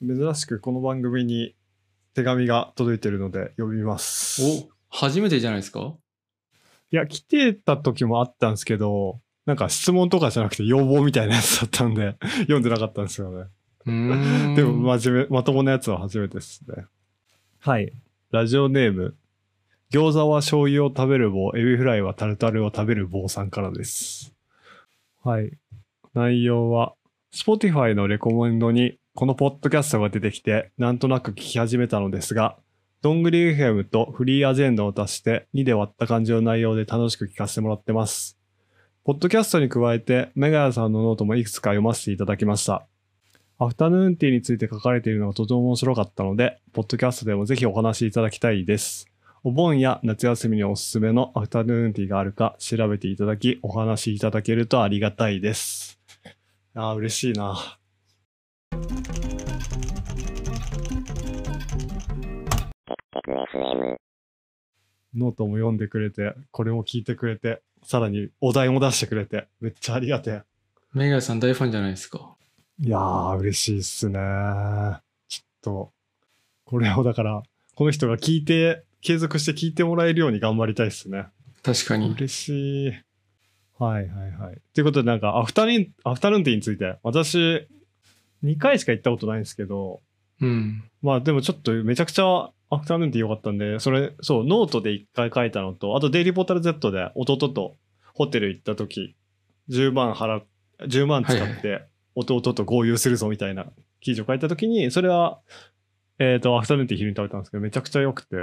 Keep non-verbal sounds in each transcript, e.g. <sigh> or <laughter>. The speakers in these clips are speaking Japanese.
珍しくこの番組に手紙が届いてるので読みます。お初めてじゃないですかいや、来てた時もあったんですけど、なんか質問とかじゃなくて要望みたいなやつだったんで、読んでなかったんですよね。うーんでも、真面目、まともなやつは初めてですね。はい。ラジオネーム。餃子は醤油を食べる棒、エビフライはタルタルを食べる棒さんからです。はい。内容は、Spotify のレコメンドに、このポッドキャストが出てきて、なんとなく聞き始めたのですが、どんぐり FM とフリーアジェンダを足して2で割った感じの内容で楽しく聞かせてもらってます。ポッドキャストに加えて、メガヤさんのノートもいくつか読ませていただきました。アフタヌーンティーについて書かれているのがとても面白かったので、ポッドキャストでもぜひお話しいただきたいです。お盆や夏休みにおすすめのアフタヌーンティーがあるか調べていただき、お話しいただけるとありがたいです。ああ、嬉しいな。ノートも読んでくれて、これも聞いてくれて、さらにお題も出してくれて、めっちゃありがてえ。メガヤさん大ファンじゃないですか。いやー、嬉しいっすね。ちょっと、これをだから、この人が聞いて、継続して聞いてもらえるように頑張りたいっすね。確かに。嬉しい。はいはいはい。ということで、なんか、アフタヌーン、アフタヌーンティーについて、私、2回しか行ったことないんですけど、うん。まあでもちょっとめちゃくちゃアフタヌーンティー良かったんで、それ、そう、ノートで1回書いたのと、あとデイリーポータル Z で弟とホテル行った時、10万払っ、10万使はいっはて弟と合流するぞみたいな記事を書いた時に、それは、えっ、と、アフタヌーンティー昼に食べたんですけど、めちゃくちゃ良くて、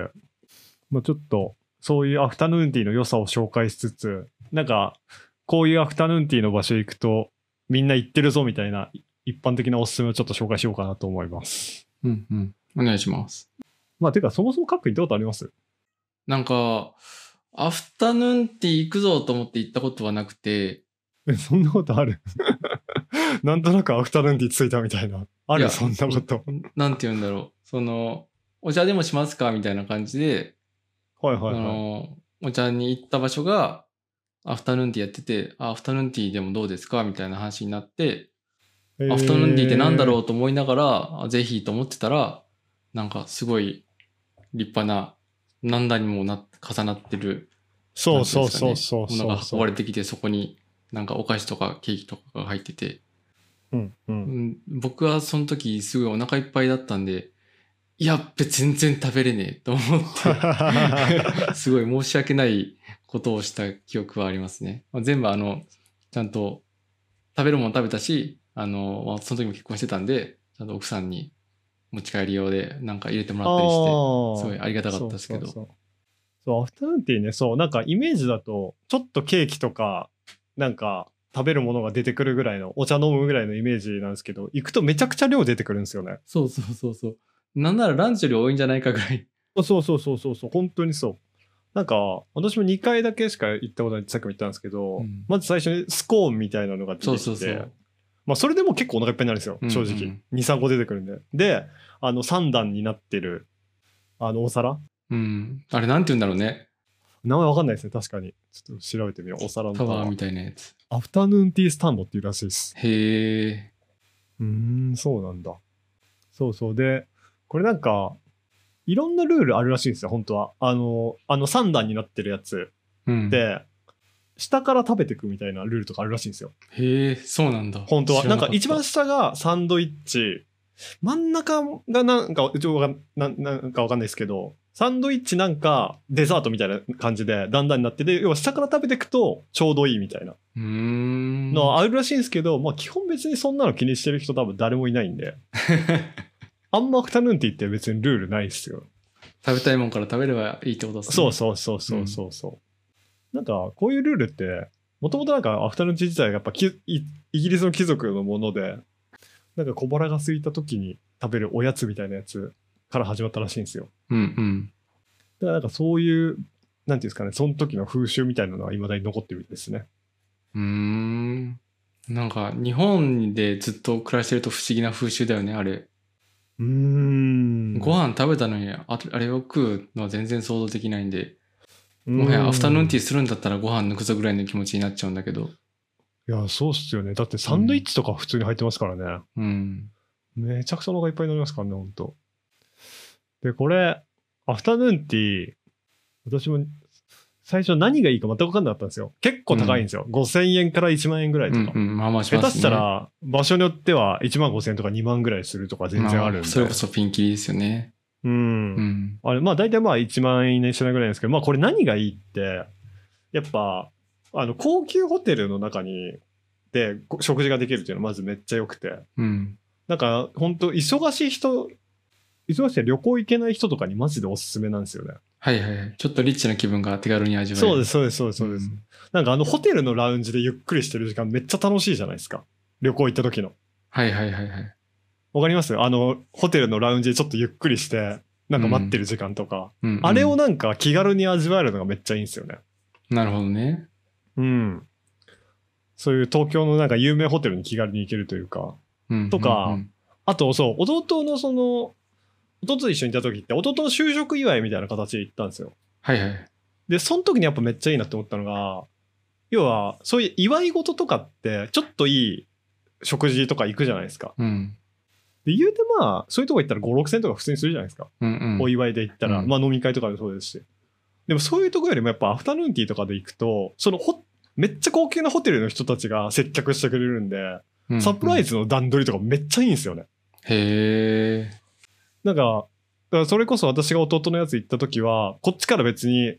まあちょっと、そういうアフタヌーンティーの良さを紹介しつつ、なんか、こういうアフタヌーンティーの場所行くと、みんな行ってるぞみたいな、一般的なおすすめをちょっと紹介しようかなと思います。うんうん。お願いします。まあ、てか、そもそも各行ったことあります <laughs> なんか、アフタヌーンティー行くぞと思って行ったことはなくて、え、そんなことある <laughs> なんとなくアフタヌーンティーついたみたいな。あいるやそんなこと。なんて言うんだろう。その、お茶でもしますかみたいな感じで、はいはいあはい。の、お茶に行った場所が、アフタヌーンティーやってて、あアフタヌーンティーでもどうですかみたいな話になって、えーアフタヌーンティーってなんだろうと思いながら、あぜひと思ってたら、なんかすごい立派な、何段にもな重なってるそうそうそうそうものそがうそ運う。ばれてきて、そこになんかお菓子とかケーキとかが入ってて、うんう。うん <laughs> ん、僕はその時すごいお腹いっぱいだったんで、やっべ、全然食べれねえと思 <laughs> って。すごい申し訳ないことをした記憶はありますね。まあ全部あの、ちゃんと食べるもの食べたし、あの、まあ、その時も結婚してたんで、ちゃんと奥さんに持ち帰り用でなんか入れてもらったりして、ーす <laughs> ごいありがたかったですけど。そうそうそうそうアフタヌーンティーねそうなんかイメージだとちょっとケーキとかなんか食べるものが出てくるぐらいのお茶飲むぐらいのイメージなんですけど行くとめちゃくちゃ量出てくるんですよねそうそうそうそう。なんならランチより多いんじゃないかぐらい。そうそうそうそうそう本当にそうなんか私も2回だけしか行ったことないさっきも言ったんですけど、うんまず最初にスコーンみたいなのが出てきそてうそうそう。まあ、それでも結構お腹いっぱいになるんですようんうん正直、23個出てくるんでであの3段になってるあのお皿うん。あれなんて言うんだろうね。名前わかんないですね確かにちょっと調べてみようお皿のタワーみたいなやつ。アフタヌーンティースタンドっていうらしいですへえ。うーんそうなんだそうそうでこれなんかいろんなルールあるらしいんですよ本当はあのあの3段になってるやつうん。で下から食べていくみたいなルールとかあるらしいんですよへえ、そうなんだ。本当は知ならんかかった一番下がサンドイッチ真ん中がなんか一応わかんななんかわかんないですけどサンドイッチなんかデザートみたいな感じでだんだんになってで要は下から食べていくとちょうどいいみたいなうーん。のはあるらしいんですけど、まあ基本別にそんなの気にしてる人多分誰もいないんで <laughs> あんまアフタヌーンティーって別にルールないっすよ食べたいもんから食べればいいってことですね。そうそうそうそうそうそう、なんかこういうルールってもともとなんかアフタヌーンティー自体がやっぱきイイギリスの貴族のものでなんか小腹が空いた時に食べるおやつみたいなやつから始まったらしいんですよう。うんうん。だからなんかそういうなんていうんですかねその時の風習みたいなのはいまだに残ってるみたいですねうーん。なんか、日本でずっと暮らしてると不思議な風習だよね、あれ。うーんご飯食べたのに、ああれを食うのは全然想像できないんで、ももはやアフタヌーンティィーするんだったらご飯抜くぞぐらいの気持ちになっちゃうんだけど。ーいやそうっすよねだってサンドイッチとか普通に入ってますからね、うん。めちゃくちゃお腹いっぱいになりますからね、ほんと。で、これ、アフタヌーンティー、私も最初何がいいか全く分かんなかったんですよ。結構高いんですよ。5000円から1万円ぐらいとうか。んうん、まあまあし下ます、ね。手したら、場所によっては1万5000円とか2万ぐらいするとか全然あるんで。まそれこそピンキリですよね。う。うんん。あれ、まあ大体まあ1万円以内しないぐらいなんですけど、まあこれ何がいいって、やっぱ、あの、高級ホテルの中に、で、こ食事ができるっていうのはまずめっちゃ良くて。うん。なんか、本当忙しい人、忙しい旅行行けない人とかにマジでおすすめなんですよね。はいはいはい。ちょっとリッチな気分が手軽に味わえる。。そうですす、そうです、そうです、そうです。なんかあのホテルのラウンジでゆっくりしてる時間めっちゃ楽しいじゃないですか。旅行行った時の。はいはいはいはい。わかりますあの、ホテルのラウンジでちょっとゆっくりして、なんか待ってる時間とか。うん、うんあれをなんか気軽に味わえるのがめっちゃいいんですよね。なるほどね。うん。そういう東京のなんか有名ホテルに気軽に行けるというか。うん。とかうんあと、そう、弟のその、弟と一緒にいた時って、弟の就職祝いみたいな形で行ったんですよ。はいはい。で、その時にやっぱめっちゃいいなって思ったのが、要は、そういう祝い事とかって、ちょっといい食事とか行くじゃないですか。うん。で、言うてまあ、そういうとこ行ったら5、6千とか普通にするじゃないですか。うんうん。お祝いで行ったら、うんまあ飲み会とかでもそうですし。でもそういうとこよりもやっぱアフタヌーンティーとかで行くと、そのほ、めっちゃ高級なホテルの人たちが接客してくれるんで、うんうんサプライズの段取りとかめっちゃいいんですよね。へえ。なんか、だからそれこそ私が弟のやつ行った時は、こっちから別に、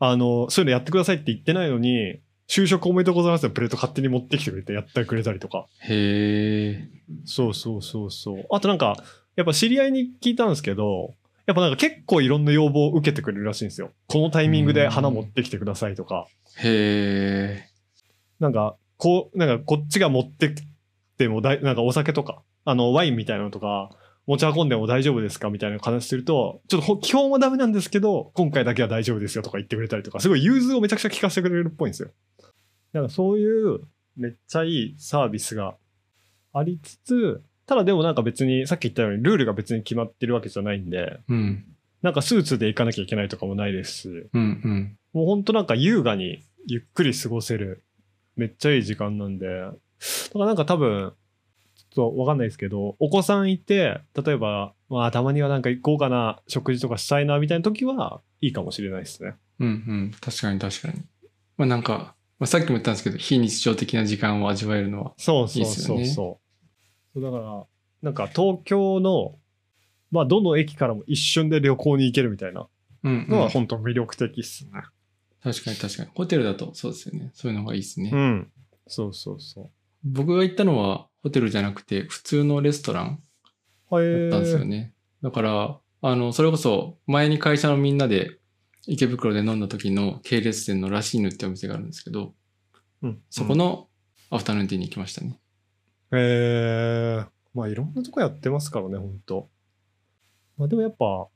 あの、そういうのやってくださいって言ってないのに、就職おめでとうございますのプレート勝手に持ってきてくれてやってくれたりとか。へえ。そうそうそうそう。あとなんか、やっぱ知り合いに聞いたんですけど、やっぱなんか結構いろんな要望を受けてくれるらしいんですよ。このタイミングで花持ってきてくださいとか、へえ。なんか、こう、なんかこっちが持ってきてもだい、なんかお酒とか、あの、ワインみたいなのとか、持ち運んでも大丈夫ですかみたいな話すると、ちょっとほ基本はダメなんですけど、今回だけは大丈夫ですよとか言ってくれたりとか、すごい融通をめちゃくちゃ聞かせてくれるっぽいんですよ。なんかそういう、めっちゃいいサービスがありつつ、ただでもなんか別に、さっき言ったように、ルールが別に決まってるわけじゃないんで、うん。なんかスーツで行かなきゃいけないとかもないですし、うんうん。もうほんとなんか優雅にゆっくり過ごせる、めっちゃいい時間なんで、だからなんか多分、ちょっとわかんないですけど、お子さんいて、例えば、まあたまにはなんか豪華な食事とかしたいなみたいな時は、いいかもしれないですね。うんうん。確かに確かに。まあなんか、まあ、さっきも言ったんですけど、非日常的な時間を味わえるのは。そうそうそうそうそうだから、なんか東京の、まあどの駅からも一瞬で旅行に行けるみたいなうん、うのはん。本当魅力的っすね。確かに確かに。ホテルだとそうですよね。そういうのがいいですね。うん。そうそうそ僕が行ったのはホテルじゃなくて、普通のレストランう。はい、だったんですよね。だから、あの、それこそ前に会社のみんなで池袋で飲んだ時の系列店のラシーヌってお店があるんですけど、うん。そこのアフタヌーンティーに行きましたね。えー、まあいろんなとこやってますからね、ほんと。まあでもやっぱ、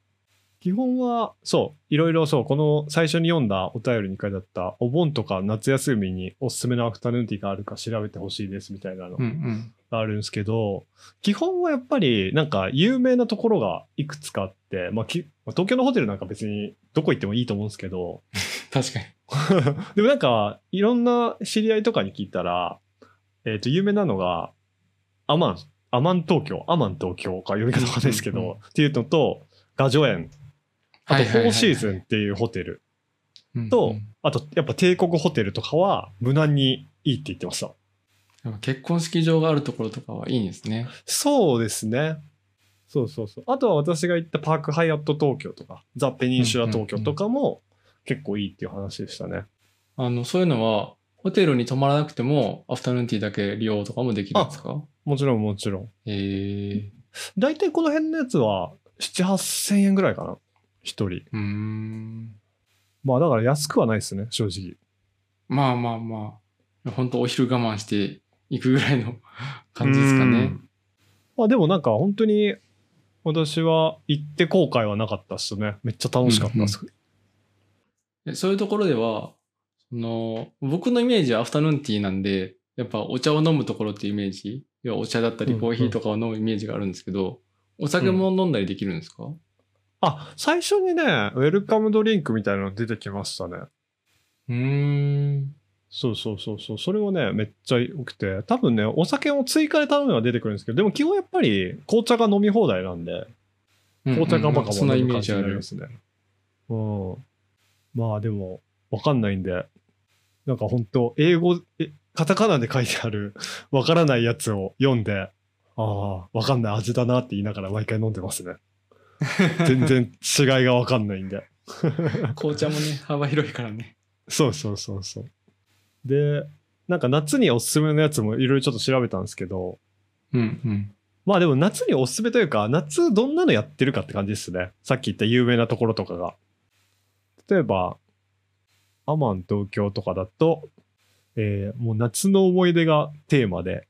基本は、そう、いろいろそう、この最初に読んだお便りに書いてあった、お盆とか夏休みにおすすめのアフタヌーンティーがあるか調べてほしいですみたいなのうんうん。があるんですけど、基本はやっぱりなんか有名なところがいくつかあって、まあきまあ東京のホテルなんか別にどこ行ってもいいと思うんですけど、確かに。でもなんか、いろんな知り合いとかに聞いたら、えっ、と、有名なのが、アマン、アマン東京、アマン東京か読み方わかんないですけど、うんうんうんっていうのと、ガジョ園、あと、はいはいフはいォはーいシーズンっていうホテル、うとんうん、あと、やっぱ帝国ホテルとかは、無難にいいって言ってました。やっぱ結婚式場があるところとかはいいんですね。そうですね。そうそうそう。あとは私が行ったパークハイアット東京とか、ザ・ペニンシュラ東京とかも、結構いいっていう話でしたね。あの、そういうのは、ホテルに泊まらなくても、アフタヌーンティーだけ利用とかもできるんですかもちろんもちろん。えー、大体この辺のやつは、7、8千円ぐらいかな。一人。うーん。まあだから安くはないですね、正直。まあまあまあ、本当お昼我慢していくぐらいの <laughs> 感じですかうね。ん。まあでもなんか本当に、私は行って後悔はなかったっすね。めっちゃ楽しかったっす。でそういうところでは、その、僕のイメージはアフタヌーンティーなんで、やっぱお茶を飲むところっていうイメージ、要はお茶だったうんりうんコーヒーとかを飲むイメージがあるんですけど、お酒も飲んだりできるんですか、あ、最初にね、ウェルカムドリンクみたいなの出てきましたね。うーん。そうそうそうそう。それはね、めっちゃ良くて。多分ね、お酒を追加で頼むのは出てくるんですけど、でも基本やっぱり紅茶が飲み放題なんで、紅茶がバカそんバカなイ飲むメー感ジじあになりるま。すね。うん。まあでも、わかんないんで、なんか本当英語、え、カタカナで書いてある、 <laughs> わからないやつを読んで、ああ、わかんない味だなって言いながら毎回飲んで <laughs> ますね。全然違いがわかんないんで。紅茶もね、幅広いからね。そうそうそうそう。で、なんか夏におすすめのやつもいろいろちょっと調べたんですけど、うんうん。まあでも夏におすすめというか、夏どんなのやってるかって感じですね。さっき言った有名なところとかが。例えば、アマン東京とかだと、えーもう夏の思い出がテーマで、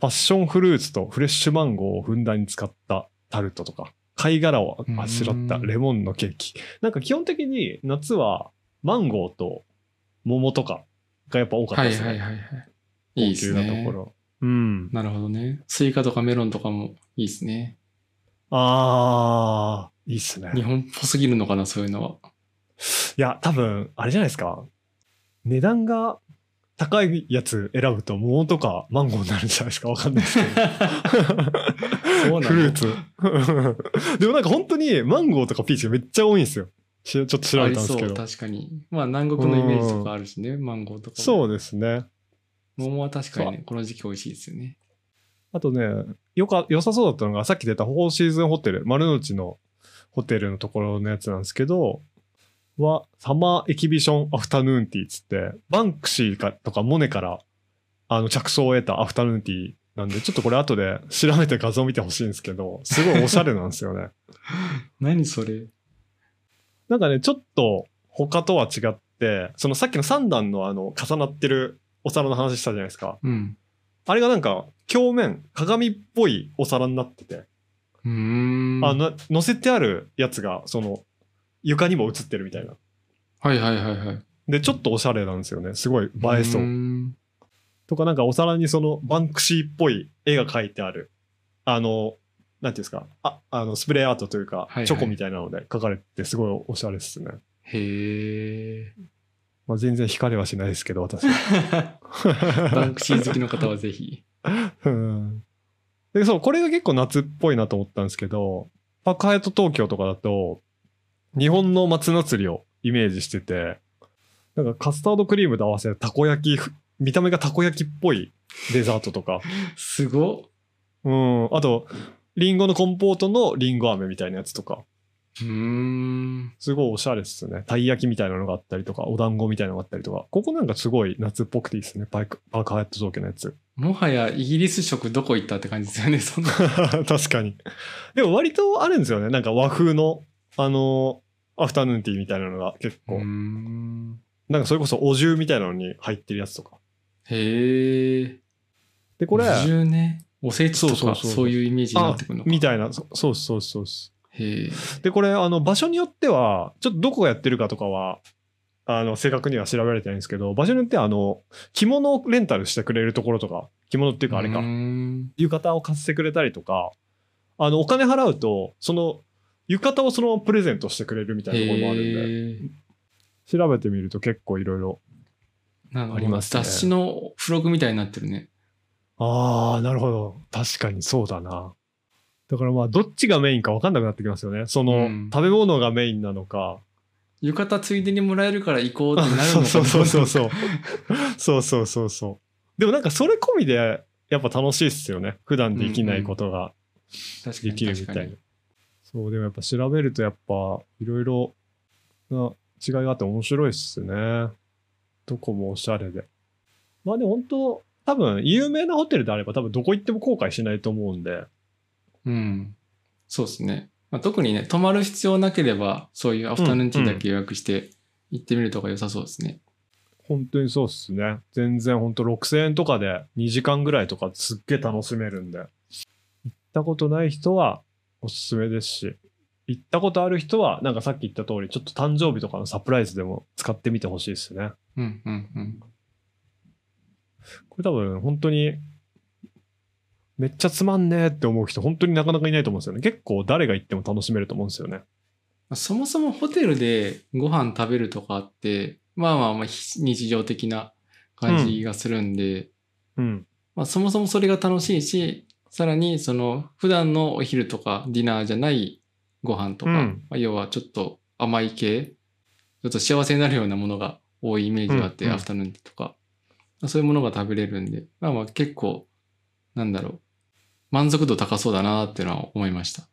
パッションフルーツとフレッシュマンゴーをふんだんに使ったタルトとか、貝殻をあしらったレモンのケーキ。なんか基本的に夏はマンゴーと桃とかがやっぱ多かったはでいすね。はいはいはい。いいで高級すなとこね。ろ。うん。なるほどね。スイカとかメロンとかもいいですね。あー、いいっすね。日本っぽすぎるのかな、そういうのは。いや、多分、あれじゃないですか。値段が高いやつ選ぶと、桃とかマンゴーになるんじゃないですか。わかんないですけど。そうなのフルーツ。 <laughs> でもなんか本当にマンゴーとかピーチがめっちゃ多いんですよ。しちょっと調あべりたんですそけう、ど。確かに。まあ、南国のイメージとかあるしね、マンゴーとか。。そううですね。桃は確かにね、この時期美味しいですよね。あとね、よか、良さそうだったのが、さっき出たフォーシーズンホテル、丸の内のホテルのところのやつなんですけど、は、サマーエキビションアフタヌーンティーっつって、バンクシーかとかモネから、あの、着想を得たアフタヌーンティーなんで、ちょっとこれ後で調べて画像見てほしいんですけど、すごいおしゃれなんですよね。 <laughs> 何それなんかね、ちょっと他とは違って、そのさっきの3段のあの、重なってるお皿の話したじゃないですか。うん。あれがなんか、鏡面、鏡っぽいお皿になってて、うーん。あ、の、乗せてあるやつが、その、床にも映ってるみたいな。はいはいはいはい。で、ちょっとおしゃれなんですよね。すごい映えそうう。ーんとか、なんかお皿にその、バンクシーっぽい絵が描いてある。あの、なんていうんですか。あ、あの、スプレーアートというかいは、いチョコみたいなので描かれて、すごいおしゃれですね。へえ。まあ、全然惹かれはしないですけど、 <laughs> 私は。バンクシー好きの方はぜひ。うんで、そう、これが結構夏っぽいなと思ったんですけど、パクハヤト東京とかだと、日本の夏祭りをイメージしてて、なんかカスタードクリームと合わせたたこ焼きふ、見た目がたこ焼きっぽいデザートとか、すごうん、あと、リンゴのコンポートのリンゴ飴みたいなやつとか、っうーん。すごいおしゃれっすね。たい焼きみたいなのがあったりとか、お団子みたいなのがあったりとか、ここなんかすごい夏っぽくていいっすね、パイクパークハヤット東京のやつ。もはやイギリス食どこ行ったって感 <laughs> じですよね、そんな。確かに。でも割とあるんですよね。なんか和風の、あのーアフタヌーンティーみたいなのが結構、うーん。なんかそれこそお重みたいなのに入ってるやつとか。へえ。で、これ、 50ね。おせちとそうそうかそうそういうイメージになってくるのか。みたいな、そそうそうそうそへえ。う。で、これ、あの、場所によっては、ちょっとどこがやってるかとかは、あの、正確には調べられてないんですけど、場所によっては、あの、着物をレンタルしてくれるところとか、着物っていうかあれか、うーん浴衣を貸してくれたりとか、あの、お金払うと、その、浴衣をそのままプレゼントしてくれるみたいなところもあるんで、へえ調べてみると結構いろいろ。なんかありもうますね雑誌の付録みたいになってるね。ああ、なるほど。確かにそうだな。だからまあ、どっちがメインか分かんなくなってきますよね。その、うん食べ物がメインなのか。浴衣ついでにもらえるから行こうってなるのかそうなそうそうそうそう。 <laughs> そうそうそうそう。でもなんかそれ込みで、やっぱ楽しいっすよね。普段できないことが確かでにきるみ確たかいな。に。そう、でもやっぱ調べるとやっぱ、いろいろな違いがあって面白いっすね。どこもおしゃれで。まあでも本当、多分、有名なホテルであれば多分どこ行っても後悔しないと思うんで。うん。そうですね。まあ、特にね、泊まる必要なければ、そういうアフタヌーンティーだけ予約して行ってみるとか良さそうですね。本当にそうっすね。全然本当6000円とかで2時間ぐらいとかすっげえ楽しめるんで。行ったことない人はおすすめですし、行ったことある人はなんかさっき言った通り、ちょっと誕生日とかのサプライズでも使ってみてほしいですね。うん、うん、うん。これ多分本当にめっちゃつまんねえって思う人本当になかなかいないと思うんですよね。結構誰が行っても楽しめると思うんですよね。まあそもそもホテルでご飯食べるとかって、まあまあまあひ日常的な感じがするんで、うん。まあそもそもそれが楽しいし、さらにその普段のお昼とかディナーじゃないご飯とか、うんまあ、要はちょっと甘い系、ちょっと幸せになるようなものが多いイメージがあって、うんうんアフタヌーンティーとか、まあそういうものが食べれるんで、まあまあ結構、なんだろう、満足度高そうだなっていうのは思いました。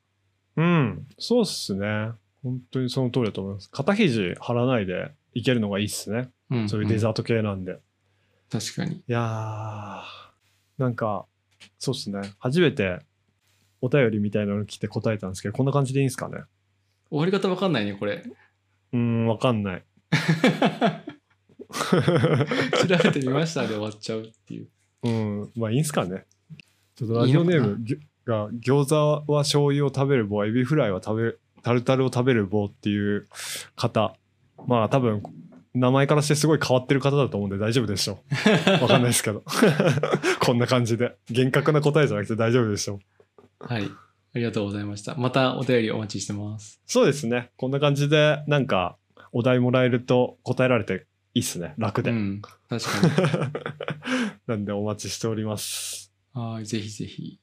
うん。そうっすね。本当にその通りだと思います。肩肘張らないでいけるのがいいっすね。うん、そういうデーザート系なんで。ト。確かに。いやー、なんか、そうっすね。初めてお便りみたいなの来て答えたんですけど、こんな感じでいいんすかね。終わり方わかんないね、これ。うーん、わかん <laughs> ない。調べてみましたで終わっちゃうっていう。うん、まあいいんすかね。ちょっとラジオネームぎょが、餃子は醤油を食べる棒、エビフライは食べる、タルタルを食べる棒っていう方。まあ多分、名前からしてすごい変わってる方だと思うんで大丈夫でしょう。わかんないですけど。 <laughs> こんな感じで。厳格な答えじゃなくて大丈夫でしょう。はい。ありがとうございました。またお便りお待ちしてます。そうですね。こんな感じで、なんか、お題もらえると答えられていいっすね。楽 <laughs> うで。ん。確かなんでお待ちしております。に。はい。ぜひぜひ。